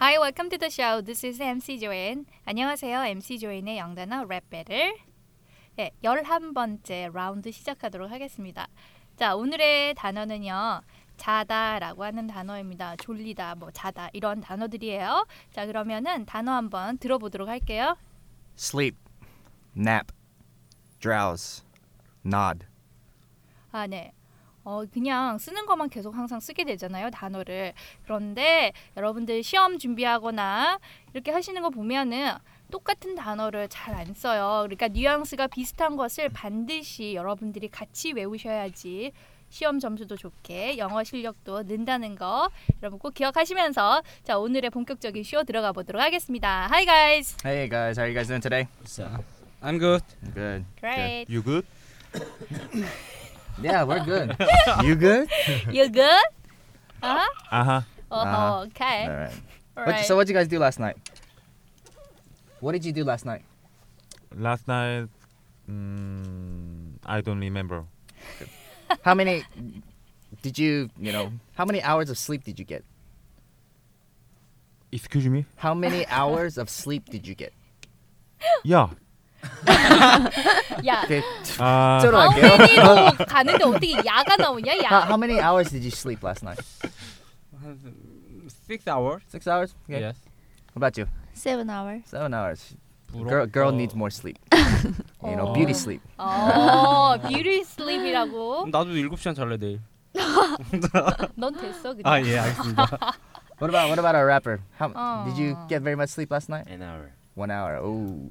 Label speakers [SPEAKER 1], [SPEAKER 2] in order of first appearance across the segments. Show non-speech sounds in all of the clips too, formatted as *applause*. [SPEAKER 1] Hi, welcome to the show. This is MC 조엔. 안녕하세요. MC 조엔의 영단어 랩 배틀. 예, 11번째 라운드 시작하도록 하겠습니다. 자, 오늘의 단어는요. 자다라고 하는 단어입니다. 졸리다, 뭐 자다 이런 단어들이에요. 자, 그러면은 단어 한번 들어보도록 할게요.
[SPEAKER 2] Sleep. Nap. Drowse. Nod.
[SPEAKER 1] 아, 네. 어, 그냥 쓰는 것만 계속 항상 쓰게 되잖아요, 단어를. 그런데 여러분들 시험 준비하거나 이렇게 하시는 거 보면은 똑같은 단어를 잘 안 써요. 그러니까 뉘앙스가 비슷한 것을 반드시 여러분들이 같이 외우셔야지 시험 점수도 좋게 영어 실력도 는다는 거 여러분 꼭 기억하시면서 자, 오늘의 본격적인 쇼 들어가 보도록 하겠습니다. Hi guys.
[SPEAKER 2] Hey guys, how you guys doing today?
[SPEAKER 3] I'm good.
[SPEAKER 2] Good.
[SPEAKER 1] Great.
[SPEAKER 4] You good?
[SPEAKER 2] Yeah, we're good. *laughs* you good?
[SPEAKER 1] You
[SPEAKER 2] *laughs*
[SPEAKER 1] good? Uh-huh.
[SPEAKER 4] Uh huh.
[SPEAKER 2] Uh-huh.
[SPEAKER 1] Oh, okay.
[SPEAKER 2] 아. All right. What,
[SPEAKER 1] Alright.
[SPEAKER 2] so what did you guys do last night? What did you do last night?
[SPEAKER 4] Last night, mm, I don't remember.
[SPEAKER 2] *laughs* How many did you, you know, how many hours of sleep did you get?
[SPEAKER 4] Excuse me?
[SPEAKER 2] How *laughs* many hours of sleep did you get?
[SPEAKER 3] *laughs*
[SPEAKER 4] Yeah.
[SPEAKER 1] 야.
[SPEAKER 2] Okay. *laughs*
[SPEAKER 4] Uh,
[SPEAKER 2] 저러- 할게요.
[SPEAKER 1] 아우메니로 가는데 어떻게 야가 나오냐
[SPEAKER 2] How, how
[SPEAKER 1] 야.
[SPEAKER 2] many hours did you sleep last night?
[SPEAKER 3] Six hours.
[SPEAKER 2] Six hours? Okay.
[SPEAKER 3] Yes.
[SPEAKER 2] How about you?
[SPEAKER 5] Seven hour.
[SPEAKER 2] Seven hours. Girl, girl needs more sleep. You know,
[SPEAKER 1] 어.
[SPEAKER 2] beauty sleep.
[SPEAKER 1] 어 beauty
[SPEAKER 5] 어?
[SPEAKER 1] sleep이라고.
[SPEAKER 3] 나도 7 시간 잘래 내일.
[SPEAKER 1] 넌 됐어 그냥.
[SPEAKER 3] 아 예,
[SPEAKER 5] *laughs*
[SPEAKER 3] 알겠습니다.
[SPEAKER 2] What about what about our rapper? How
[SPEAKER 1] Oh.
[SPEAKER 2] did you get very much sleep last night?
[SPEAKER 3] An hour.
[SPEAKER 2] One hour. Oh.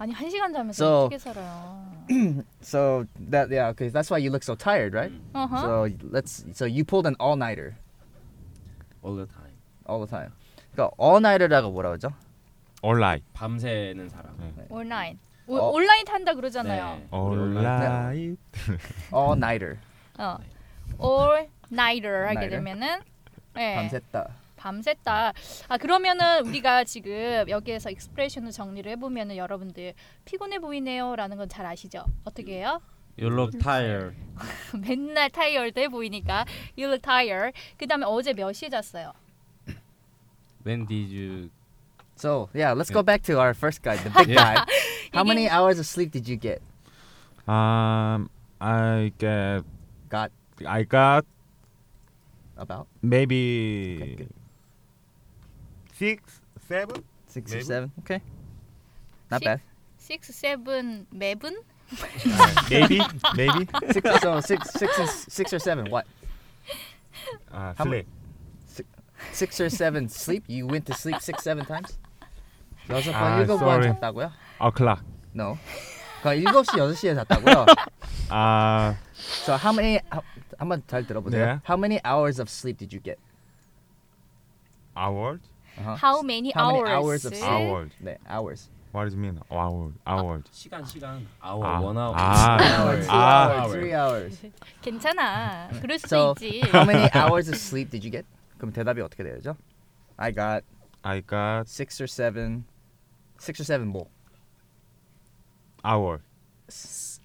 [SPEAKER 1] 아니 한 시간 자면서
[SPEAKER 2] So-
[SPEAKER 1] 어떻게 살아요?
[SPEAKER 2] So that yeah okay. That's why you look so tired, right?
[SPEAKER 1] 어허.
[SPEAKER 2] So let's so you pulled an all nighter
[SPEAKER 3] All the time.
[SPEAKER 2] all the time. 그러니까 all nighter라고 뭐라 그러죠?
[SPEAKER 4] all night.
[SPEAKER 3] 밤새는 사람.
[SPEAKER 1] 온라인. 오,
[SPEAKER 2] 어.
[SPEAKER 1] 온라인 탄다 그러잖아요.
[SPEAKER 4] All
[SPEAKER 2] night.
[SPEAKER 4] night.
[SPEAKER 2] All nighter.
[SPEAKER 1] 어. all nighter 하게
[SPEAKER 2] 네. Nighter.
[SPEAKER 1] 되면은 예.
[SPEAKER 2] 밤샜다.
[SPEAKER 1] 밤샜다. 아 그러면은 우리가 지금 여기에서 익스프레션을 정리를 해보면은 여러분들 피곤해 보이네요라는 건 잘 아시죠? 어떻게 해요? *laughs*
[SPEAKER 3] You look tired.
[SPEAKER 1] 맨날 타이어드해 보이니까 you look tired. 그다음에 어제 몇 시에 잤어요?
[SPEAKER 3] When did you?
[SPEAKER 2] So yeah, let's go back to our first guy,
[SPEAKER 1] *laughs*
[SPEAKER 2] the big guy. How many hours of sleep did you get?
[SPEAKER 4] Um, I get,
[SPEAKER 2] Got
[SPEAKER 4] I got
[SPEAKER 2] about
[SPEAKER 3] *laughs*
[SPEAKER 2] Okay,
[SPEAKER 4] maybe
[SPEAKER 2] good.
[SPEAKER 4] six, seven.
[SPEAKER 2] six or
[SPEAKER 4] Maybe.
[SPEAKER 2] seven. Okay. Not
[SPEAKER 1] Six?
[SPEAKER 2] bad.
[SPEAKER 1] 6, 7, 매분?
[SPEAKER 4] maybe,
[SPEAKER 3] *laughs*
[SPEAKER 4] maybe.
[SPEAKER 2] Six so six six is six or seven. What?
[SPEAKER 4] Uh,
[SPEAKER 2] How many?
[SPEAKER 4] sleep.
[SPEAKER 2] Six or seven sleep? You went to sleep six seven times? 여섯
[SPEAKER 4] 아,
[SPEAKER 2] 번 일곱 번
[SPEAKER 4] sorry.
[SPEAKER 2] 잤다고요?
[SPEAKER 4] O'clock.
[SPEAKER 2] No. 그러니까 일곱 시 여섯 시에 잤다고요?
[SPEAKER 4] Uh,
[SPEAKER 2] So how many how- 한번 잘 들어보세요.
[SPEAKER 4] 네.
[SPEAKER 2] How many hours of sleep did you get?
[SPEAKER 4] hours.
[SPEAKER 2] Uh-huh.
[SPEAKER 1] How many
[SPEAKER 2] How
[SPEAKER 1] hours?
[SPEAKER 2] many hours
[SPEAKER 3] Eh?
[SPEAKER 2] of sleep?
[SPEAKER 4] Hours.
[SPEAKER 2] 네, hours.
[SPEAKER 4] What does it mean? Ah. Hours. Hours.
[SPEAKER 3] 시간 시간. Hour.
[SPEAKER 4] 아.
[SPEAKER 3] Oh, One hour.
[SPEAKER 4] 아.
[SPEAKER 3] One
[SPEAKER 2] Two
[SPEAKER 4] 아.
[SPEAKER 2] hours, three hours.
[SPEAKER 1] 괜찮아. 그럴 수도
[SPEAKER 2] So
[SPEAKER 1] 있지.
[SPEAKER 2] how many hours of sleep did you get? 그럼 대답이 어떻게 되죠? I got
[SPEAKER 4] I got
[SPEAKER 2] six or seven, six or seven 뭐?
[SPEAKER 4] hours.
[SPEAKER 2] S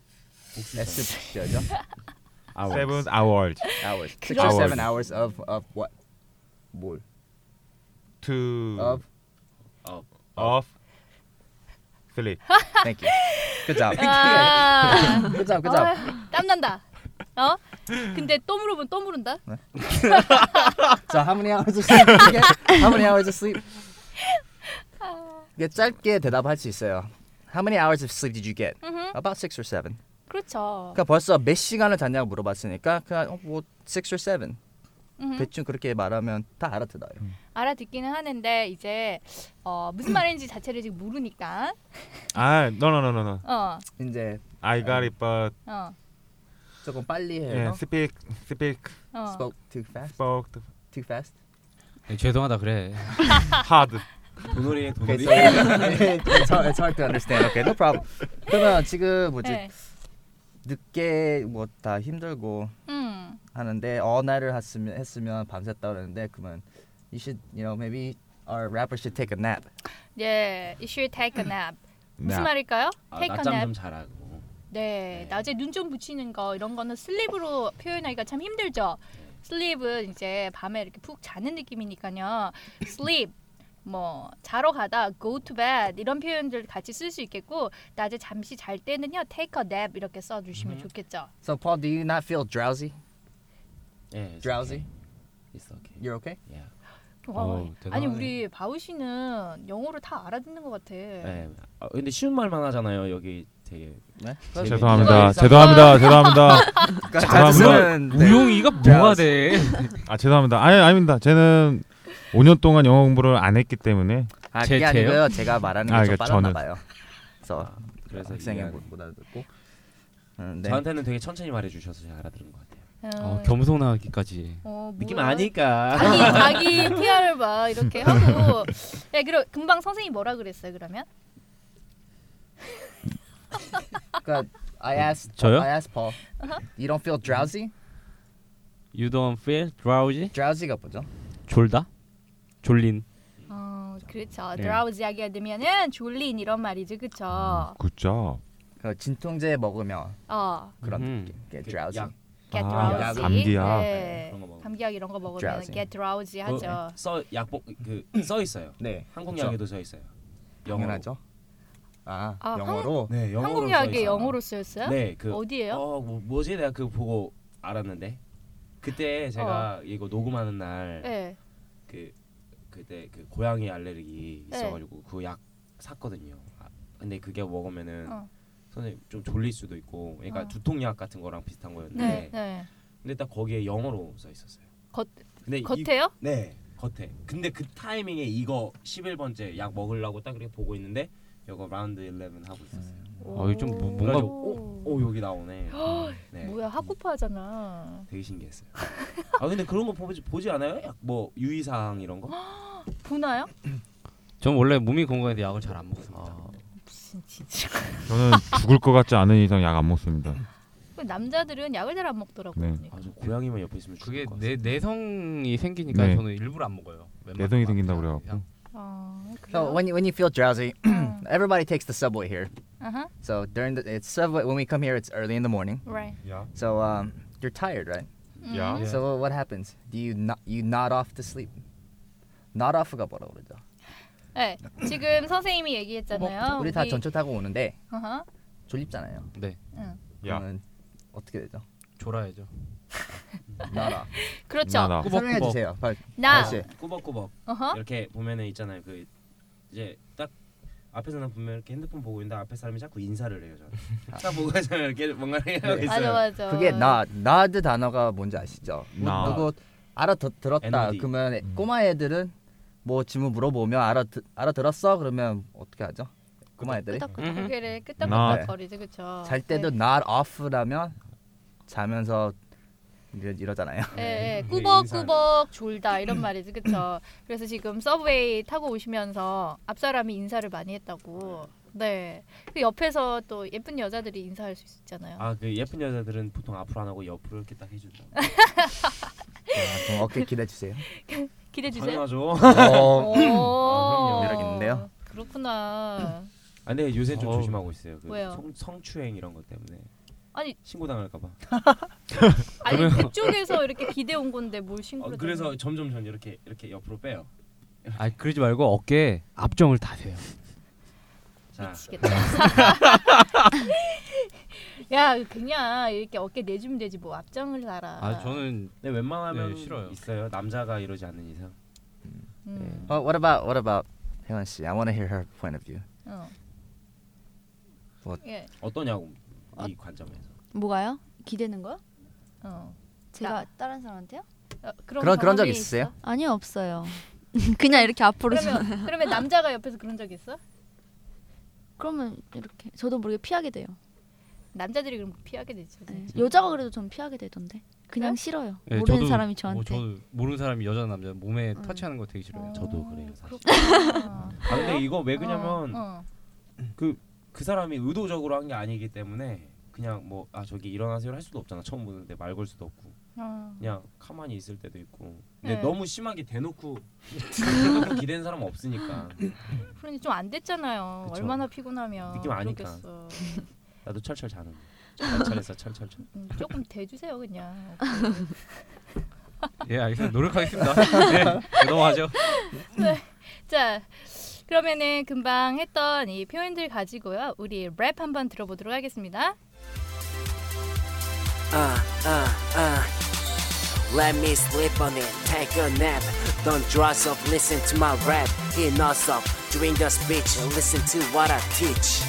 [SPEAKER 2] 되죠?
[SPEAKER 3] Hours.
[SPEAKER 4] Seven hours.
[SPEAKER 2] Hours. Six or
[SPEAKER 4] Hours.
[SPEAKER 2] seven hours of of what? 뭘?
[SPEAKER 4] Two *laughs*
[SPEAKER 2] Of.
[SPEAKER 3] Of.
[SPEAKER 4] of sleep.
[SPEAKER 2] Thank you. Good job.
[SPEAKER 1] 아,
[SPEAKER 2] *laughs* Good job. Good job.
[SPEAKER 1] 땀난다. 어? 근데 또 물어보면 또 물은다.
[SPEAKER 2] So how many hours of sleep? did you get? How many hours of sleep?
[SPEAKER 1] 아.
[SPEAKER 2] 이게 짧게 대답할 수 있어요. How many hours of sleep did you get?
[SPEAKER 1] 음흠.
[SPEAKER 2] About six or seven.
[SPEAKER 1] 그렇죠.
[SPEAKER 2] 그러니까 벌써 몇 시간을 잤냐고 물어봤으니까 그냥 어, 뭐 six or seven
[SPEAKER 1] 음흠.
[SPEAKER 2] 대충 그렇게 말하면 다 알아듣어요.
[SPEAKER 1] 알아듣기는 하는데 이제 어, 무슨 말인지 자체를 지금 모르니까.
[SPEAKER 4] Ah, no, no, no, no, no.
[SPEAKER 1] 어.
[SPEAKER 2] 이제
[SPEAKER 4] I got it, but
[SPEAKER 1] 어.
[SPEAKER 2] 조금 빨리 해요.
[SPEAKER 4] yeah, speak, speak,
[SPEAKER 1] 어.
[SPEAKER 2] Spoke too fast.
[SPEAKER 4] spoke
[SPEAKER 2] Too fast.
[SPEAKER 5] 네,
[SPEAKER 3] 예, 죄송하다 그래.
[SPEAKER 4] hard.
[SPEAKER 3] 도놀이에
[SPEAKER 5] 어,
[SPEAKER 2] Okay,
[SPEAKER 3] 도놀이.
[SPEAKER 2] so it's, hard, it's hard to understand. Okay, no
[SPEAKER 1] *laughs*
[SPEAKER 2] problem. 그러면 지금 뭐지
[SPEAKER 1] 네.
[SPEAKER 2] 늦게 뭐 다 힘들고
[SPEAKER 1] 음.
[SPEAKER 2] 하는데 all night을 했으면 했으면 밤샜다 그러는데 그러면 you should you know maybe our rapper should take a nap.
[SPEAKER 1] 예. You should take a nap. 무슨
[SPEAKER 4] Nap.
[SPEAKER 1] 말일까요?
[SPEAKER 3] 아,
[SPEAKER 1] Take a
[SPEAKER 3] 낮잠
[SPEAKER 1] nap.
[SPEAKER 3] 좀 잘하고.
[SPEAKER 1] 네,
[SPEAKER 3] 네.
[SPEAKER 1] 낮에 눈 좀 붙이는 거 이런 거는 슬립으로 표현하기가 참 힘들죠. 슬립은 이제 밤에 이렇게 푹 자는 느낌이니까요. sleep. 뭐 자러 가다 go to bed 이런 표현들 같이 쓸 수 있겠고 낮에 잠시 잘 때는요 take a nap 이렇게 써 주시면
[SPEAKER 3] 음.
[SPEAKER 1] 좋겠죠.
[SPEAKER 2] So Paul, do you not feel drowsy?
[SPEAKER 3] Yeah, 예, it's
[SPEAKER 2] Drowsy?
[SPEAKER 3] okay. It's okay.
[SPEAKER 2] You're okay?
[SPEAKER 3] Yeah.
[SPEAKER 1] 와,
[SPEAKER 3] 어우, 대단하네.
[SPEAKER 1] 아니 우리 바우 씨는 영어를 다 알아듣는 것 같아.
[SPEAKER 3] 네. 아, 근데 쉬운 말만 하잖아요. 여기 되게
[SPEAKER 2] 네?
[SPEAKER 1] 뭐
[SPEAKER 4] 죄송합니다. 죄송합니다.
[SPEAKER 1] *laughs*
[SPEAKER 4] 죄송합니다.
[SPEAKER 2] 잘 쓰는 네.
[SPEAKER 3] 우용이가 뭐가 돼?
[SPEAKER 4] 아 죄송합니다. 아니 아닙니다. 저는 5년 동안 영어 공부를 안 했기 때문에
[SPEAKER 2] 아
[SPEAKER 3] 제-
[SPEAKER 2] 그게
[SPEAKER 3] 제요?
[SPEAKER 2] 아니고요. 제가 말하는
[SPEAKER 4] 아,
[SPEAKER 2] 게 좀
[SPEAKER 4] 그러니까
[SPEAKER 2] 빨랐나
[SPEAKER 4] 저는-
[SPEAKER 2] 봐요. 그래서
[SPEAKER 3] 아, 그래서
[SPEAKER 2] 학생이
[SPEAKER 3] 이해하는-
[SPEAKER 2] 못 알아듣고. 음, 네.
[SPEAKER 3] 저한테는 되게 천천히 말해주셔서 잘 알아들은 것 같아요.
[SPEAKER 1] 어,
[SPEAKER 5] 어, 겸손하기까지.
[SPEAKER 1] 어,
[SPEAKER 3] 느낌
[SPEAKER 1] 뭐야?
[SPEAKER 3] 아니까.
[SPEAKER 1] 아니 자기 PR을 봐
[SPEAKER 3] *laughs*
[SPEAKER 1] 이렇게 하고. 야, 그럼 금방 선생님 뭐라 그랬어요 그러면?
[SPEAKER 2] 그러니까 I asked
[SPEAKER 5] 저요?
[SPEAKER 2] I asked Paul. You don't feel drowsy?
[SPEAKER 5] You don't feel drowsy?
[SPEAKER 2] drowsy가 뭐죠?
[SPEAKER 5] 졸다? 졸린.
[SPEAKER 1] 어, 그렇죠.
[SPEAKER 5] 예.
[SPEAKER 1] 드라우지하게 되면은 졸린 이런 말이지,
[SPEAKER 4] 음.
[SPEAKER 1] 그렇죠.
[SPEAKER 4] 굿잡.
[SPEAKER 2] 그 진통제 먹으면
[SPEAKER 1] 어,
[SPEAKER 2] 그런
[SPEAKER 5] 음.
[SPEAKER 2] 느낌. Get drowsy.
[SPEAKER 3] 약.
[SPEAKER 1] get
[SPEAKER 4] 아,
[SPEAKER 1] drowsy.
[SPEAKER 4] 감기약.
[SPEAKER 1] 네.
[SPEAKER 3] 그런 거 먹으면.
[SPEAKER 1] 감기약 이런 거 먹으면
[SPEAKER 2] drowsy.
[SPEAKER 1] get drowsy
[SPEAKER 3] 어,
[SPEAKER 1] 하죠.
[SPEAKER 3] 그, 음, 써 약복 그써 있어요.
[SPEAKER 2] 네.
[SPEAKER 3] 한국
[SPEAKER 2] 그쵸.
[SPEAKER 3] 약에도 써 있어요. 영어로.
[SPEAKER 2] 당연하죠. 아,
[SPEAKER 1] 아,
[SPEAKER 2] 영어로.
[SPEAKER 3] 네, 영어로
[SPEAKER 1] 한국
[SPEAKER 3] 써
[SPEAKER 1] 약에
[SPEAKER 3] 있어요.
[SPEAKER 1] 영어로 쓰였어요?
[SPEAKER 3] 네, 그
[SPEAKER 1] 어디예요?
[SPEAKER 3] 어, 뭐, 뭐지? 내가 그거 보고 알았는데. 그때 제가 이거 녹음하는 날 그
[SPEAKER 1] 어. 네.
[SPEAKER 3] 그때 그 고양이 알레르기
[SPEAKER 1] 네.
[SPEAKER 3] 있어 가지고 그 약 샀거든요. 아, 근데 그게 먹으면은
[SPEAKER 1] 어.
[SPEAKER 3] 선생님 좀 졸릴 수도 있고 그러니까
[SPEAKER 1] 어.
[SPEAKER 3] 두통약 같은 거랑 비슷한 거였는데
[SPEAKER 1] 네. 네.
[SPEAKER 3] 근데 딱 거기에 영어로 써 있었어요.
[SPEAKER 1] 겉-
[SPEAKER 3] 근데 이-
[SPEAKER 1] 겉에요?
[SPEAKER 3] 네 겉에 근데 그 타이밍에 이거 11번째 약 먹으려고 딱 이렇게 보고 있는데 이거 라운드 11 하고 있었어요
[SPEAKER 1] 네.
[SPEAKER 5] 어, 이거 좀 뭐- 뭔가-
[SPEAKER 3] 그래가지고 오, 오 여기 나오네 네
[SPEAKER 1] 뭐야, 학구파잖아.
[SPEAKER 3] 되게 신기했어요 아 근데 그런 거 보지, 보지 않아요? 약뭐 유의사항 이런 거?
[SPEAKER 1] 보나요?
[SPEAKER 5] 전 원래 몸이 건강해서 약을 잘 안 먹습니다.
[SPEAKER 3] 아,
[SPEAKER 1] 무슨 진짜.
[SPEAKER 4] 저는 죽을 것 같지 않은 이상 약 안 먹습니다.
[SPEAKER 1] 남자들은 약을 잘 안 먹더라고요.
[SPEAKER 4] 네.
[SPEAKER 1] 그러니까.
[SPEAKER 3] 아주 고양이만 옆에 있으면
[SPEAKER 5] 그게
[SPEAKER 3] 죽을 것
[SPEAKER 5] 내 내성이 생기니까
[SPEAKER 4] 네.
[SPEAKER 5] 저는 일부러 안 먹어요. 웬만한
[SPEAKER 4] 내성이
[SPEAKER 5] 거.
[SPEAKER 4] 생긴다고 그래갖고.
[SPEAKER 5] 그냥
[SPEAKER 1] 어,
[SPEAKER 2] So
[SPEAKER 1] 그래요?
[SPEAKER 2] when you, when you feel drowsy,
[SPEAKER 1] 어.
[SPEAKER 2] everybody takes the subway here.
[SPEAKER 1] *clears throat* 아하.
[SPEAKER 2] So during the it's subway when we come here, it's early in the morning.
[SPEAKER 1] Right.
[SPEAKER 4] 야.
[SPEAKER 2] So um, you're tired, right?
[SPEAKER 4] 야.
[SPEAKER 1] 음.
[SPEAKER 2] So what- what happens? Do you not you nod off to sleep? Nod off가 뭐라고 그러죠?
[SPEAKER 1] 네. 지금 선생님이 얘기했잖아요.
[SPEAKER 2] 어, 뭐, 우리 다 전철 타고 오는데
[SPEAKER 1] 아하.
[SPEAKER 2] 졸립잖아요.
[SPEAKER 5] 네
[SPEAKER 2] 그러면 어떻게 되죠?
[SPEAKER 5] 졸아야죠.
[SPEAKER 2] Nod off.
[SPEAKER 1] 그렇죠.
[SPEAKER 4] 음, 나, 나.
[SPEAKER 5] 꾸벅꾸벅.
[SPEAKER 2] 설명해 주세요. 발-
[SPEAKER 1] 나.
[SPEAKER 2] *laughs* 다시.
[SPEAKER 3] 같아요 꾸벅꾸벅
[SPEAKER 1] 어허.
[SPEAKER 3] 이렇게 보면은 있잖아요 그 이제 딱 앞에서는 보면 이렇게 핸드폰 보고 있는데 앞에 사람이 자꾸 인사를 해요 *laughs* 저는 딱 보고 있으면 이렇게 뭔가 하고 있어요
[SPEAKER 1] 맞아 맞아.
[SPEAKER 2] 그게 nod. nod 단어가 뭔지 아시죠? 뭐
[SPEAKER 4] Nod.
[SPEAKER 2] 누구 알아 들었다.
[SPEAKER 3] NOD.
[SPEAKER 2] 그러면 꼬마 애들은 뭐 질문 물어보면 알아 알아 들었어? 그러면 어떻게 하죠? 꼬마 애들이
[SPEAKER 1] 끄덕끄덕
[SPEAKER 5] 음.
[SPEAKER 1] 고개를
[SPEAKER 2] 나.
[SPEAKER 1] 끄덕끄덕 거리지 그쵸. 네.
[SPEAKER 2] 잘 때도 not off라면 자면서 이러, 이러잖아요.
[SPEAKER 1] *laughs* 예, 예,
[SPEAKER 3] 음.
[SPEAKER 1] 꾸벅꾸벅 졸다 이런 말이지 그쵸. 그래서 지금 서브웨이 타고 오시면서 앞 사람이 인사를 많이 했다고. 네. 그 옆에서 또 예쁜 여자들이 인사할 수 있잖아요.
[SPEAKER 3] 아 그 예쁜 여자들은 보통 앞으로 안 하고 옆으로 이렇게 딱 해준다
[SPEAKER 2] 아, 그럼 어깨 기대 주세요.
[SPEAKER 1] 기대 주세요.
[SPEAKER 3] *laughs* 당연하죠 아,
[SPEAKER 2] 어,
[SPEAKER 1] 오.
[SPEAKER 2] 매력 있는데요?
[SPEAKER 3] *laughs*
[SPEAKER 1] 그렇구나.
[SPEAKER 3] 아, 근데 요새 좀
[SPEAKER 5] 어.
[SPEAKER 3] 조심하고 있어요. 그
[SPEAKER 1] 왜요?
[SPEAKER 3] 성, 성추행 이런 것 때문에.
[SPEAKER 1] 아니.
[SPEAKER 3] 신고 당할까 봐.
[SPEAKER 1] 아니 그쪽에서 이렇게 기대 온 건데 뭘
[SPEAKER 3] 어,
[SPEAKER 1] 신고를?
[SPEAKER 3] 그래서 점점 전 이렇게 이렇게 옆으로 빼요.
[SPEAKER 5] 아 그러지 말고 어깨 앞정을 다세요.
[SPEAKER 1] 당해?
[SPEAKER 3] 자,
[SPEAKER 1] 미치겠다. *laughs* 야 그냥 이렇게 어깨 내주면 되지 뭐 앞장을 달아.
[SPEAKER 5] 아 저는
[SPEAKER 3] 근데 웬만하면
[SPEAKER 5] 네, 싫어요.
[SPEAKER 3] 있어요. 남자가 이러지 않는 이상.
[SPEAKER 1] 음.
[SPEAKER 2] 어, what about what about 혜원 씨? I want to hear her point of view.
[SPEAKER 1] 어.
[SPEAKER 2] 네. 뭐-
[SPEAKER 1] 예.
[SPEAKER 3] 어떠냐고
[SPEAKER 1] 아.
[SPEAKER 3] 이 관점에서.
[SPEAKER 6] 뭐가요? 기대는 거요?
[SPEAKER 1] 어.
[SPEAKER 6] 제가 다른 사람한테요?
[SPEAKER 1] 어,
[SPEAKER 2] 그런 그런 적
[SPEAKER 1] 경험이
[SPEAKER 2] 있으세요?
[SPEAKER 1] 있어?
[SPEAKER 6] 아니요 *laughs* 없어요. 그냥 이렇게 앞으로 그러면,
[SPEAKER 1] 그러면 그러면 남자가 옆에서 그런 적 있어?
[SPEAKER 6] *laughs* 그러면 이렇게 저도 모르게 피하게 돼요.
[SPEAKER 1] 남자들이 그럼 피하게 되지.
[SPEAKER 6] 네. 여자가 그래도 전 피하게 되던데. 그냥
[SPEAKER 1] 그래?
[SPEAKER 6] 싫어요.
[SPEAKER 5] 예,
[SPEAKER 6] 모르는
[SPEAKER 5] 저도-
[SPEAKER 6] 사람이
[SPEAKER 5] 뭐
[SPEAKER 6] 저한테. 음.
[SPEAKER 5] 저도 모르는 사람이 여자 남자 몸에 터치하는 거 되게 싫어요.
[SPEAKER 1] 어,
[SPEAKER 3] 네, 저도 그래요, 사실.
[SPEAKER 1] 그렇구나.
[SPEAKER 3] 아 근데 이거 왜 그냐면
[SPEAKER 1] 어, 어.
[SPEAKER 3] 그 사람이 의도적으로 한 게 아니기 때문에 그냥 뭐 아 저기 일어나세요 할 수도 없잖아. 처음 보는데 말 걸 수도 없고.
[SPEAKER 1] 어.
[SPEAKER 3] 그냥 가만히 있을 때도 있고. 근데
[SPEAKER 1] 네.
[SPEAKER 3] 너무 심하게 대놓고 *laughs* 기대는 사람 없으니까.
[SPEAKER 1] 그러니 좀 안 됐잖아요.
[SPEAKER 3] 그쵸.
[SPEAKER 1] 얼마나 피곤하면
[SPEAKER 3] 느낌 아니까.
[SPEAKER 1] 그렇겠어.
[SPEAKER 3] 나도 철철 자는. 철철해서 철철철.
[SPEAKER 1] 음, 조금 대주세요 그냥.
[SPEAKER 5] *laughs* 예 알겠습니다. 노력하겠습니다. 네 넘어가죠.
[SPEAKER 1] 자, 그러면은 금방 했던 이 표현들 가지고요. 우리 랩 한번 들어보도록 하겠습니다.
[SPEAKER 7] Uh, uh, uh. Let me sleep on it, take a nap. Don't dress up, listen to my rap. Enough of during the speech, listen to what I teach.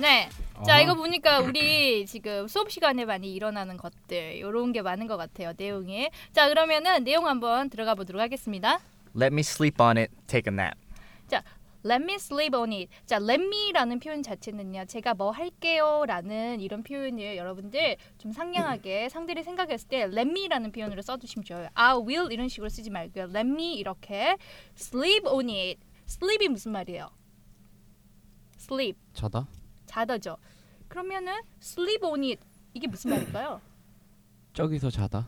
[SPEAKER 1] 네. 자
[SPEAKER 5] 어.
[SPEAKER 1] 이거 보니까 우리 지금 수업 시간에 많이 일어나는 것들 이런 게 많은 것 같아요 내용이 자 그러면은 내용 한번 들어가 보도록 하겠습니다
[SPEAKER 2] Let me sleep on it, take a nap.
[SPEAKER 1] 자 let me sleep on it 자 let me라는 표현 자체는요 제가 뭐 할게요라는 이런 표현을 여러분들 좀
[SPEAKER 2] 음.
[SPEAKER 1] 상냥하게 상대를 생각했을 때 let me라는 표현으로 써주시면 좋아요 I will 이런 식으로 쓰지 말고요 let me 이렇게 sleep on it sleep이 무슨 말이에요 sleep
[SPEAKER 5] 자다?
[SPEAKER 1] 자다죠. 그러면은 sleep on it 이게 무슨 말일까요?
[SPEAKER 5] 저기서 자다?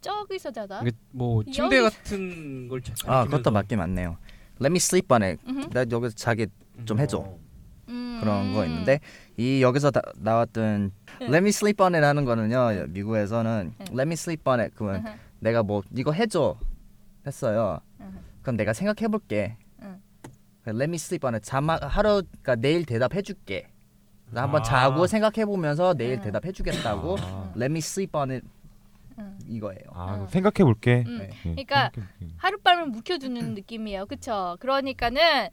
[SPEAKER 1] 저기서 자다.
[SPEAKER 5] 이게 뭐
[SPEAKER 1] 여기-
[SPEAKER 5] 침대 같은 걸 자-
[SPEAKER 2] 아,
[SPEAKER 5] 느끼면서
[SPEAKER 2] 그것도 맞긴 맞네요. Let me sleep on it.
[SPEAKER 1] 음흠.
[SPEAKER 2] 나 여기서 자기 좀 해줘.
[SPEAKER 3] 어,
[SPEAKER 1] 음.
[SPEAKER 2] 그런 거 있는데 이 여기서 다, 나왔던 Let me sleep on it 하는 거는요 미국에서는
[SPEAKER 1] 네.
[SPEAKER 2] Let me sleep on it 그러면
[SPEAKER 1] 으흠.
[SPEAKER 2] 내가 뭐 이거 해줘 했어요
[SPEAKER 1] 으흠.
[SPEAKER 2] 그럼 내가 생각해볼게
[SPEAKER 1] 응.
[SPEAKER 2] 그래서 Let me sleep on it 자막 하루 그러니까 내일 대답해줄게 나 한번
[SPEAKER 5] 아.
[SPEAKER 2] 자고 생각해보면서 내일
[SPEAKER 1] 응.
[SPEAKER 2] 대답해주겠다고
[SPEAKER 5] 아.
[SPEAKER 2] Let me sleep on it
[SPEAKER 1] 응.
[SPEAKER 2] 이거예요
[SPEAKER 4] 아
[SPEAKER 1] 어.
[SPEAKER 4] 생각해 볼게.
[SPEAKER 1] 음.
[SPEAKER 2] 네.
[SPEAKER 1] 그러니까 하룻밤을 묵혀두는 느낌이에요. 그렇죠? 그러니까는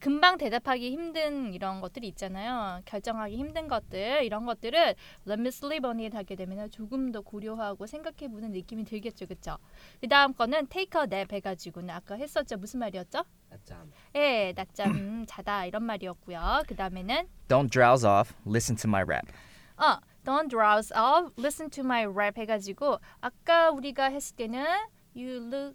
[SPEAKER 1] 금방 대답하기 힘든 이런 것들이 있잖아요. 결정하기 힘든 것들 이런 것들은 let me sleep on it 하게 되면 조금 더 고려하고 생각해보는 느낌이 들겠죠, 그렇죠? 그 다음 거는 take a nap 해가지고는 아까 했었죠. 무슨 말이었죠?
[SPEAKER 3] 낮잠.
[SPEAKER 1] 예, 낮잠 자다 이런 말이었고요. 그 다음에는
[SPEAKER 2] Don't drowse off listen to my rap
[SPEAKER 1] 어, don't drowse off, listen to my rap 해가지고 아까 우리가 했을 때는 you look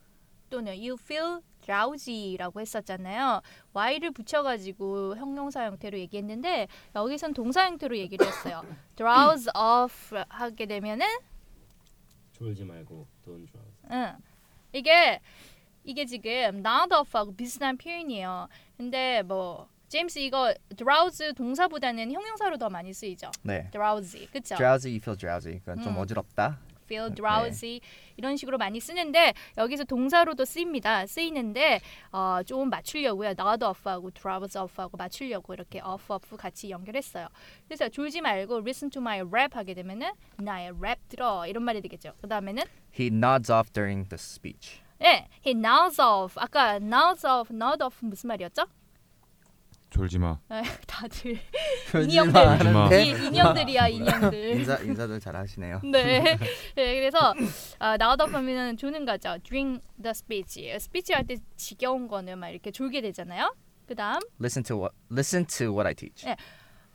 [SPEAKER 1] 또는 you feel drowsy라고 했었잖아요. y를 붙여가지고 형용사 형태로 얘기했는데 여기선 동사 형태로 얘기를 했어요. drowse off 하게 되면은
[SPEAKER 3] 졸지 말고 돈 줘.
[SPEAKER 1] 응. 이게 이게 지금 not off하고 비슷한 표현이에요. 근데 뭐 제임스 이거 drowse 동사보다는 형용사로 더 많이 쓰이죠.
[SPEAKER 2] 네
[SPEAKER 1] drowsy, 그렇죠?
[SPEAKER 2] drowsy you feel drowsy 그건 좀
[SPEAKER 1] 음.
[SPEAKER 2] 어지럽다
[SPEAKER 1] feel
[SPEAKER 2] 네.
[SPEAKER 1] drowsy 이런 식으로 많이 쓰는데 여기서 동사로도 쓰입니다. 쓰이는데 어, 좀 맞추려고요. not off하고 drowse off하고 맞추려고 이렇게 off off 같이 연결했어요. 그래서 졸지 말고 listen to my rap 하게 되면은 나의 랩 들어 이런 말이 되겠죠. 그 다음에는
[SPEAKER 2] He nods off during the speech
[SPEAKER 1] 예, he nods off. 아까 nods off, nod off 무슨 말이었죠?
[SPEAKER 4] 졸지 마.
[SPEAKER 1] 에, *laughs* 다들 인형들,
[SPEAKER 2] 표지만 하는데
[SPEAKER 1] 이, 인형들이야 인형들.
[SPEAKER 2] 인사 인사들 잘 하시네요.
[SPEAKER 3] *laughs*
[SPEAKER 1] 네. 네, 그래서 아, 나오다 보면은 조는 거죠. During the speech, speech 할 때 지겨운 거는 막 이렇게 졸게 되잖아요. 그다음
[SPEAKER 2] Listen to what listen to what I teach.
[SPEAKER 1] 네.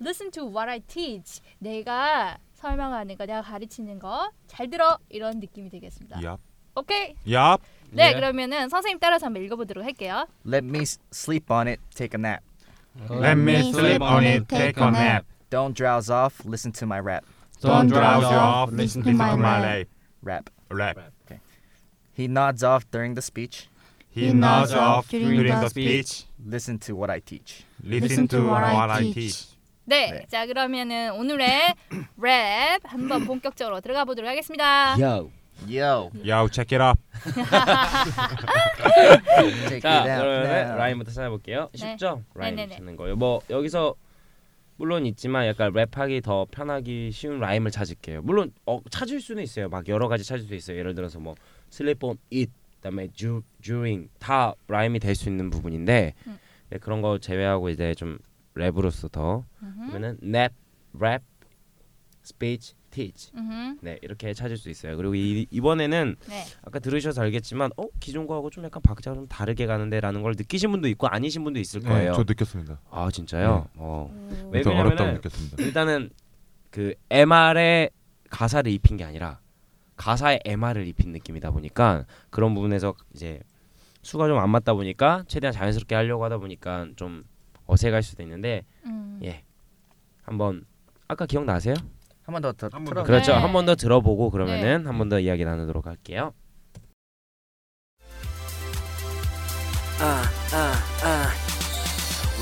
[SPEAKER 1] listen to what I teach. 내가 설명하는 거, 내가 가르치는 거 잘 들어 이런 느낌이 되겠습니다.
[SPEAKER 4] 얍.
[SPEAKER 1] 오케이.
[SPEAKER 4] 얍.
[SPEAKER 1] 네,
[SPEAKER 5] 예.
[SPEAKER 1] 그러면은 선생님 따라서 한번 읽어보도록 할게요.
[SPEAKER 2] Let me s- sleep on it, take a nap.
[SPEAKER 5] 어, 네.
[SPEAKER 4] Let me sleep on it, take a nap.
[SPEAKER 2] Don't drowse off, listen to my rap.
[SPEAKER 5] 어,
[SPEAKER 4] Don't drowse off, listen to my rap.
[SPEAKER 2] Rap.
[SPEAKER 4] Rap.
[SPEAKER 2] He nods off during the speech.
[SPEAKER 4] He nods off during the speech.
[SPEAKER 2] Listen to what I teach.
[SPEAKER 4] Listen to what I teach.
[SPEAKER 1] 네,
[SPEAKER 2] 네.
[SPEAKER 1] 자 그러면은
[SPEAKER 3] *coughs*
[SPEAKER 1] 오늘의 랩 한번 본격적으로 들어가 보도록 하겠습니다.
[SPEAKER 3] Yo.
[SPEAKER 2] Yo,
[SPEAKER 4] Yo, check it up.
[SPEAKER 2] take
[SPEAKER 3] 자
[SPEAKER 2] it out.
[SPEAKER 3] 그러면
[SPEAKER 2] now.
[SPEAKER 3] 라임부터 찾아보게요.
[SPEAKER 1] 네.
[SPEAKER 3] 쉽죠? 라임
[SPEAKER 1] 네네네.
[SPEAKER 3] 찾는 거요. 뭐 여기서 물론 있지만 약간 랩하기 더 편하기 쉬운 라임을 찾을게요. 물론 어, 찾을 수는 있어요. 막 여러 가지 찾을 수 있어요. 예를 들어서 뭐 슬립 온 it 그다음에 주 during 다 라임이 될 수 있는 부분인데
[SPEAKER 1] 음.
[SPEAKER 3] 네, 그런 거 제외하고 이제 좀 랩으로서 더
[SPEAKER 1] 음흠,
[SPEAKER 3] 그러면은 nap, rap, speech, teach
[SPEAKER 1] 음흠,
[SPEAKER 3] 네 이렇게 찾을 수 있어요. 그리고 이, 이번에는
[SPEAKER 1] 네.
[SPEAKER 3] 아까 들으셔서 알겠지만 어 기존 거하고 좀 약간 박자가 좀 다르게 가는데라는 걸 느끼신 분도 있고 아니신 분도 있을 거예요.
[SPEAKER 4] 네, 저 느꼈습니다.
[SPEAKER 3] 아 진짜요? 어 왜
[SPEAKER 4] 좀 어렵다고
[SPEAKER 3] 그러냐면은
[SPEAKER 4] 느꼈습니다.
[SPEAKER 3] 일단은 그 MR에 가사를 입힌 게 아니라 가사에 MR을 입힌 느낌이다 보니까 그런 부분에서 이제 수가 좀 안 맞다 보니까 최대한 자연스럽게 하려고 하다 보니까 좀 어색할 수도 있는데
[SPEAKER 1] 음.
[SPEAKER 3] 예 한번 아까 기억나세요?
[SPEAKER 2] 한번 더 더.
[SPEAKER 4] 한번
[SPEAKER 2] 틀어.
[SPEAKER 4] 더.
[SPEAKER 3] 그렇죠.
[SPEAKER 1] 네.
[SPEAKER 3] 한 번 더 들어보고 그러면은 한 번 더 이야기 나누도록 할게요.
[SPEAKER 7] Uh, uh, uh.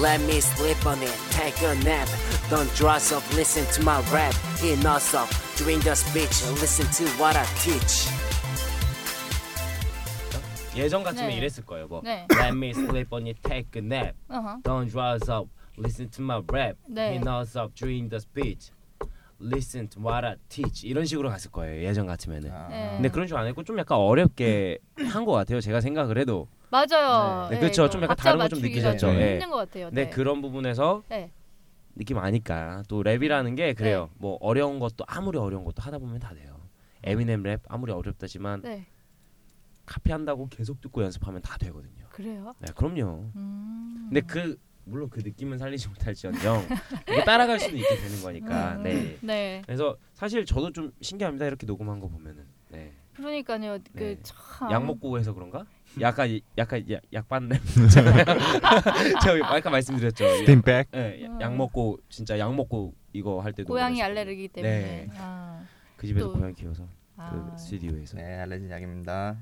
[SPEAKER 7] Let me sleep on it, take a nap. Don't dress up, listen to my rap. Enough of during the speech, listen to what I teach.
[SPEAKER 3] 예전 같으면
[SPEAKER 1] 네.
[SPEAKER 3] 이랬을 거예요. 뭐
[SPEAKER 1] 네.
[SPEAKER 3] Let me sleep on it, take a nap.
[SPEAKER 1] 어허.
[SPEAKER 3] Don't dress up, listen to my rap.
[SPEAKER 1] 네.
[SPEAKER 3] He knows up during the speech. Listen to what I teach. 이런 식으로 갔을 거예요. 예전 같으면은.
[SPEAKER 2] 아.
[SPEAKER 1] 네.
[SPEAKER 3] 근데 그런 식으로 안 했고 좀 약간 어렵게 한 것 같아요. 제가 생각을 해도.
[SPEAKER 1] 맞아요.
[SPEAKER 3] 네, 그렇죠. 좀 약간
[SPEAKER 1] 박자
[SPEAKER 3] 다른 거좀
[SPEAKER 1] 맞추기가
[SPEAKER 3] 느끼셨죠?
[SPEAKER 1] 좀
[SPEAKER 3] 네.
[SPEAKER 1] 힘든 것 같아요.
[SPEAKER 3] 근데
[SPEAKER 1] 네.
[SPEAKER 3] 그런 부분에서
[SPEAKER 1] 네.
[SPEAKER 3] 느낌 아니까 또 랩이라는 게 그래요. 뭐 어려운 것도 아무리 어려운 것도 하다 보면 다 돼요. 에미넴 랩 아무리 어렵다지만
[SPEAKER 1] 네.
[SPEAKER 3] 카피한다고 계속 듣고 연습하면 다 되거든요.
[SPEAKER 1] 그래요.
[SPEAKER 3] 네, 그럼요.
[SPEAKER 1] 음.
[SPEAKER 3] 근데 그 물론 그 느낌은 살리지 못할지언정 이게 따라갈 수도 있게 되는 거니까.
[SPEAKER 1] 음.
[SPEAKER 3] 네.
[SPEAKER 1] 네.
[SPEAKER 3] 그래서 사실 저도 좀 신기합니다. 이렇게 녹음한 거 보면은. 네.
[SPEAKER 1] 그러니까요.
[SPEAKER 3] 네.
[SPEAKER 1] 그참
[SPEAKER 3] 약 먹고 해서 그런가? 약간 이- 약간 야- 약반 냄. 제가 아까 말씀드렸죠.
[SPEAKER 4] 스팀백.
[SPEAKER 3] 예,
[SPEAKER 1] 음.
[SPEAKER 3] 야- 약 먹고 진짜 약 먹고 이거 할 때도
[SPEAKER 1] 고양이
[SPEAKER 3] 그랬었고.
[SPEAKER 1] 알레르기 때문에.
[SPEAKER 3] 네.
[SPEAKER 1] 아.
[SPEAKER 3] 그 집에서
[SPEAKER 1] 또-
[SPEAKER 3] 고양이 키워서
[SPEAKER 1] 아.
[SPEAKER 3] 그 스튜디오에서.
[SPEAKER 2] 네, 알레진 약입니다.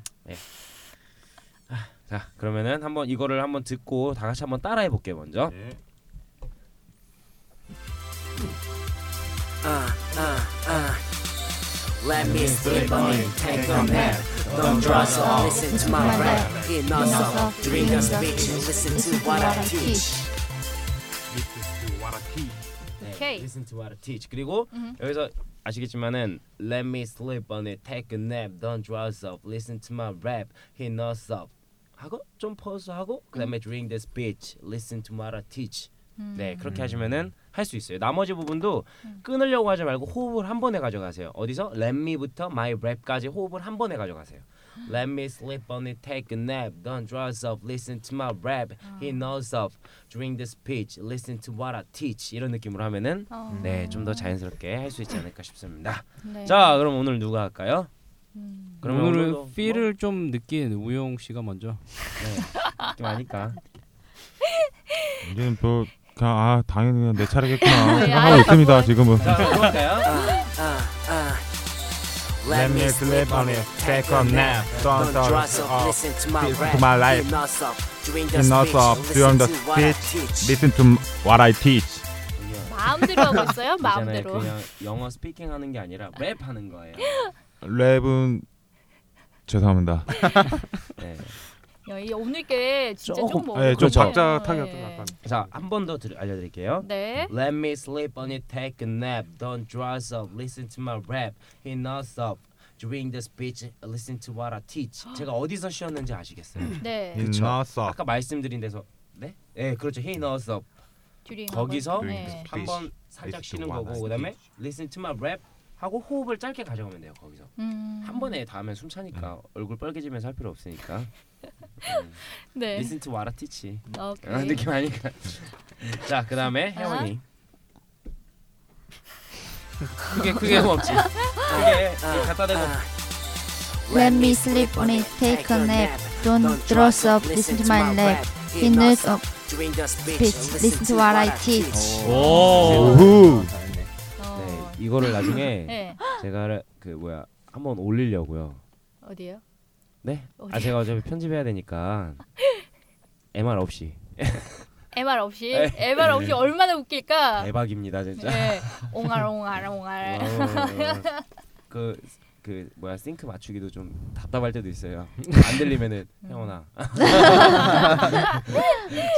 [SPEAKER 3] 자, 그러면은 한번 이거를 한번 듣고 다 같이 한번 따라해 볼게요, 먼저.
[SPEAKER 7] uh, uh, uh. Let me sleep on it, take a nap. Don't dress up, listen to my rap. Hear non-stop, drink a speech, listen to what I teach.
[SPEAKER 1] 오케이.
[SPEAKER 3] 네,
[SPEAKER 1] 음.
[SPEAKER 3] Listen to what I teach. 그리고 여기서 아시겠지만은 Let me sleep on it, take a nap, don't dress up, listen to my rap, he knows up. 하고 좀 포즈하고 그다음에 during the speech, listen to what I teach.
[SPEAKER 1] 음.
[SPEAKER 3] 네 그렇게 하시면은 할 수 있어요. 나머지 부분도 끊으려고 하지 말고 호흡을 한 번에 가져가세요. 어디서 let me부터 my rap까지 호흡을 한 번에 가져가세요.
[SPEAKER 1] 음.
[SPEAKER 3] Let me sleep on it, take a nap, don't dress up, listen to my rap,
[SPEAKER 1] 아.
[SPEAKER 3] he knows up. During the speech, listen to what I teach. 이런 느낌으로 하면은
[SPEAKER 1] 어.
[SPEAKER 3] 네 좀 더 자연스럽게 할 수 있지 않을까 싶습니다.
[SPEAKER 1] 네.
[SPEAKER 3] 자 그럼 오늘 누가 할까요?
[SPEAKER 1] 음.
[SPEAKER 3] 그러면
[SPEAKER 5] 오늘은
[SPEAKER 3] 오늘도
[SPEAKER 1] *laughs*
[SPEAKER 5] 필을 좀 느낀 우용 씨가 먼저.
[SPEAKER 3] 뭐, 좀 아니까.
[SPEAKER 4] 이제는 또 그냥 아 당연히 그냥 내 차례겠구나
[SPEAKER 1] 네,
[SPEAKER 4] 생각하고 있습니다 지금은.
[SPEAKER 3] 자 그럼 뭐 할까요?
[SPEAKER 7] Uh, uh. Let me sleep on it, take a nap. Don't dress up, listen to my
[SPEAKER 4] listen
[SPEAKER 7] rap.
[SPEAKER 4] to my life.
[SPEAKER 7] Hear non-stop, during the
[SPEAKER 4] Hear non-stop,
[SPEAKER 7] speech,
[SPEAKER 4] during
[SPEAKER 7] listen
[SPEAKER 4] the
[SPEAKER 7] to what I
[SPEAKER 4] speech.
[SPEAKER 7] teach.
[SPEAKER 4] Listen to what I teach.
[SPEAKER 1] 마음대로 하고
[SPEAKER 3] *laughs*
[SPEAKER 1] 있어요.
[SPEAKER 3] 이제는
[SPEAKER 1] *laughs* 마음대로.
[SPEAKER 3] 그냥 영어 스피킹 하는 게 아니라 랩 하는 거예요.
[SPEAKER 4] 랩은 죄송합니다.
[SPEAKER 3] 네.
[SPEAKER 1] 야, 이 오늘 게 진짜
[SPEAKER 3] 조금,
[SPEAKER 1] 좀
[SPEAKER 4] 예,
[SPEAKER 1] 어려워요.
[SPEAKER 4] 좀
[SPEAKER 1] 네.
[SPEAKER 4] 박자 타기가 좀 약간.
[SPEAKER 3] 자한 번 더 알려드릴게요.
[SPEAKER 1] 네.
[SPEAKER 3] Let me sleep on it, take a nap. Don't dress up, listen to my rap. He knows up. During the speech, listen to what I teach.
[SPEAKER 1] *gasps*
[SPEAKER 3] 제가 어디서 쉬었는지 아시겠어요?
[SPEAKER 1] 네.
[SPEAKER 3] 음,
[SPEAKER 4] In not up.
[SPEAKER 3] 아까 말씀드린 데서 네? 네, 그렇죠. He knows up.
[SPEAKER 1] 듀링
[SPEAKER 3] 거기서
[SPEAKER 1] 한번.
[SPEAKER 4] 네.
[SPEAKER 3] 한번 살짝
[SPEAKER 4] Speech
[SPEAKER 3] 쉬는
[SPEAKER 4] to one
[SPEAKER 3] 거고
[SPEAKER 4] and
[SPEAKER 3] 그다음에 listen to my rap 하고 호흡을 짧게 가져가면 돼요. 거기서.
[SPEAKER 1] 음.
[SPEAKER 3] 한 번에 다음에 숨 차니까 얼굴 빨개지면서 할 필요 없으니까.
[SPEAKER 1] 네.
[SPEAKER 3] listen to what I teach.
[SPEAKER 1] 오케이.
[SPEAKER 3] 아, 느낌 아니까. 자, 그다음에 혜원이. 크게 크게
[SPEAKER 5] 뭐-
[SPEAKER 3] 흠 없지. 크게 갖다
[SPEAKER 7] Uh,
[SPEAKER 3] 대고
[SPEAKER 6] Let me sleep on it, take a nap. Don't dress up, listen to my lap. He knows up,
[SPEAKER 7] During the speech,
[SPEAKER 6] bitch, listen to what I teach.
[SPEAKER 4] 오우.
[SPEAKER 2] 잘했네.
[SPEAKER 1] 어.
[SPEAKER 3] 네, 이거를 나중에
[SPEAKER 1] *laughs* 네.
[SPEAKER 3] 제가 그 뭐야 한번 올리려고요.
[SPEAKER 1] 어디에요?
[SPEAKER 3] 네? 아
[SPEAKER 1] 어디?
[SPEAKER 3] 제가 어차피 편집해야 되니까 MR 없이
[SPEAKER 1] MR 없이
[SPEAKER 3] 네.
[SPEAKER 1] MR 없이 얼마나 웃길까?
[SPEAKER 3] 대박입니다 진짜.
[SPEAKER 1] 네. 옹알 옹알 옹알.
[SPEAKER 3] 그그 그 뭐야 싱크 맞추기도 좀 답답할 때도
[SPEAKER 1] *laughs*
[SPEAKER 3] 있어요. 안 들리면은 형원아.
[SPEAKER 1] 음.
[SPEAKER 3] *laughs*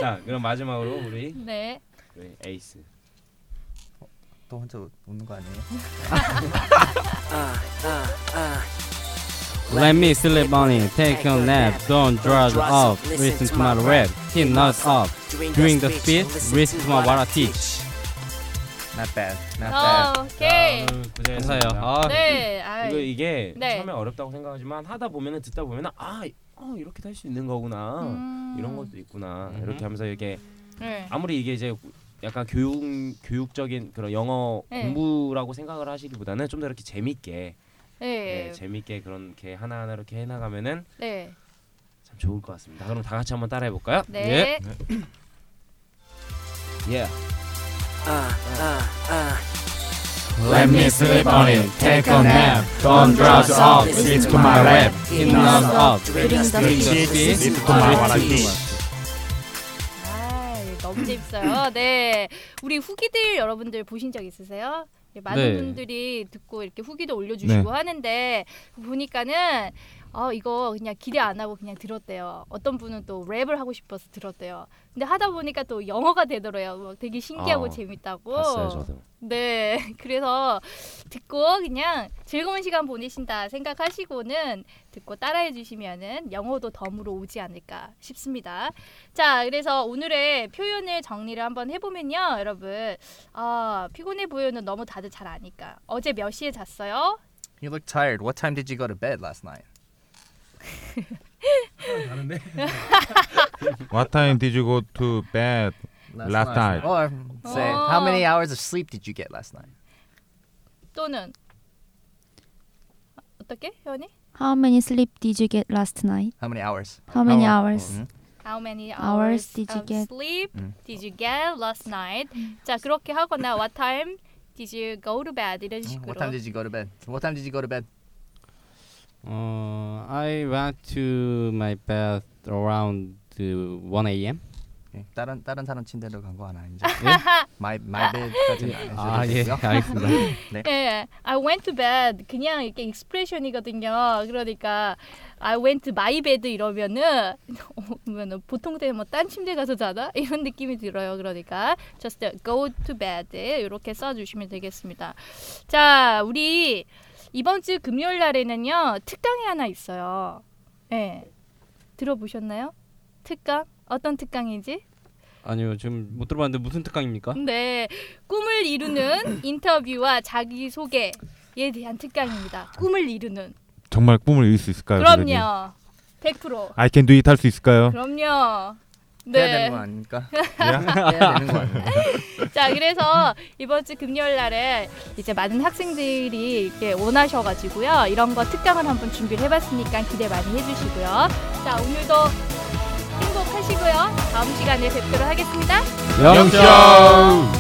[SPEAKER 3] 자 그럼 마지막으로 우리,
[SPEAKER 1] 네.
[SPEAKER 3] 우리 에이스.
[SPEAKER 2] 또 혼자 웃- 웃는 거 아니에요?
[SPEAKER 5] Oh.
[SPEAKER 7] Uh,
[SPEAKER 5] Let me sleep on it, take a nap. Don't dress up, listen to my rap. He knows up. During the speech, listen to my what I teach.
[SPEAKER 2] Not bad. Not bad.
[SPEAKER 1] 어, 오케이.
[SPEAKER 3] 오늘
[SPEAKER 5] 감사해요.
[SPEAKER 3] 고생했습니다.
[SPEAKER 5] 아,
[SPEAKER 1] 네. 아.
[SPEAKER 3] 이거 이게
[SPEAKER 1] 네.
[SPEAKER 3] 처음에 어렵다고 생각하지만 하다 보면은 듣다 보면은 아 어, 이렇게 할 수 있는 거구나.
[SPEAKER 1] 음.
[SPEAKER 3] 이런 것도 있구나.
[SPEAKER 5] 음.
[SPEAKER 3] 이렇게 하면서 이렇게
[SPEAKER 1] 네.
[SPEAKER 3] 아무리 이게 이제 약간 교육 교육적인 그런 영어
[SPEAKER 1] 네.
[SPEAKER 3] 공부라고 생각을 하시기보다는 좀 더 이렇게 재밌게 네,
[SPEAKER 1] 네.
[SPEAKER 3] 재밌게 그렇게 하나하나 이렇게 해나가면은
[SPEAKER 1] 네.
[SPEAKER 3] 참 좋을 것 같습니다. 그럼 다 같이 한번 따라해 볼까요?
[SPEAKER 1] 네.
[SPEAKER 3] 예.
[SPEAKER 5] Let me sleep on it, take a nap. Don't dress up, listen to my rap. He knows up.
[SPEAKER 6] during the
[SPEAKER 5] During
[SPEAKER 6] speech.
[SPEAKER 5] the speech, listen to
[SPEAKER 7] my
[SPEAKER 5] what I teach.
[SPEAKER 1] 아,
[SPEAKER 3] *laughs*
[SPEAKER 1] 너무 재밌어요. 네. 우리 후기들 여러분들 보신 적 있으세요? 네, 많은
[SPEAKER 5] 네.
[SPEAKER 3] 네.
[SPEAKER 1] 분들이 듣고 이렇게 후기도 올려주시고 하는데 보니까는 아 이거 그냥 기대 안 하고 그냥 들었대요. 어떤 분은 또 랩을 하고 싶어서 들었대요. 근데 하다 보니까 또 영어가 되더래요. 막 되게 신기하고
[SPEAKER 3] 아,
[SPEAKER 1] 재밌다고.
[SPEAKER 3] 봤어요 저도.
[SPEAKER 1] 네, *laughs* 그래서 듣고 그냥 즐거운 시간 보내신다 생각하시고는 듣고 따라해 주시면은 영어도 덤으로 오지 않을까 싶습니다. 자, 그래서 오늘의 표현을 정리를 한번 해보면요, 여러분. 아, 피곤해 보여는 너무 다들 잘 아니까. 어제 몇 시에 잤어요?
[SPEAKER 2] You look tired. What time did you go to bed last night?
[SPEAKER 4] What time did you go to bed? Last night.
[SPEAKER 2] Or say,
[SPEAKER 1] Oh.
[SPEAKER 2] how many hours of sleep did you get last night?
[SPEAKER 1] 또는 어떻게 회원이?
[SPEAKER 6] How many sleep did you get last night?
[SPEAKER 2] How many hours? Hmm?
[SPEAKER 6] How many
[SPEAKER 2] How-
[SPEAKER 5] Oh,
[SPEAKER 6] hours?
[SPEAKER 1] How many hours
[SPEAKER 6] Hours did you
[SPEAKER 1] of
[SPEAKER 6] get? 음.
[SPEAKER 1] sleep
[SPEAKER 2] 음.
[SPEAKER 1] did you get last night? 자, 그렇게 하거나 what time did you go to bed 이런
[SPEAKER 2] Mm,
[SPEAKER 1] 식으로.
[SPEAKER 2] What time did you go to bed? What time did you go to bed?
[SPEAKER 5] Uh, I went to my bed around uh, 1 a.m.
[SPEAKER 2] 예, 다른 다른 사람 침대로 간 거 하나 이제.
[SPEAKER 5] 예?
[SPEAKER 2] My my bed까지
[SPEAKER 5] 아, 예, 알겠습니다.
[SPEAKER 2] 네.
[SPEAKER 1] 예, I went to bed 그냥 이렇게 익스프레션이거든요. 그러니까 I went to my bed 이러면은 *laughs* 어, 그러면은 보통 때뭐딴 침대 가서 자다 *laughs* 이런 느낌이 들어요. 그러니까 just go to bed 이렇게 써주시면 되겠습니다. 자, 우리 이번 주 금요일 날에는요 특강이 하나 있어요. 예, 들어보셨나요? 특강 어떤 특강이지?
[SPEAKER 5] 아니요, 지금 못 들어봤는데 무슨 특강입니까?
[SPEAKER 2] *laughs*
[SPEAKER 1] 네, 꿈을 이루는 인터뷰와 자기 소개에 대한 특강입니다. 꿈을 이루는.
[SPEAKER 4] 정말 꿈을 이룰 수
[SPEAKER 2] 아,
[SPEAKER 4] 있을까요? 선생님?
[SPEAKER 1] 그럼요. 100%.
[SPEAKER 4] I can do it 할 수 있을까요?
[SPEAKER 1] 그럼요.
[SPEAKER 2] 네. 아. 해야 되는
[SPEAKER 1] 네.
[SPEAKER 2] 거 아닙니까?
[SPEAKER 4] 예?
[SPEAKER 2] 해야 되는 거 아닙니까?
[SPEAKER 1] 자, 그래서 이번 주 금요일 날에 이제 많은 학생들이 이렇게 원하셔 가지고요. 이런 거 특강을 한번 준비를 해 봤으니까 기대 많이 해 주시고요. 자, 오늘도 행복하시고요. 다음 시간에 뵙도록 하겠습니다.
[SPEAKER 5] 영쇼!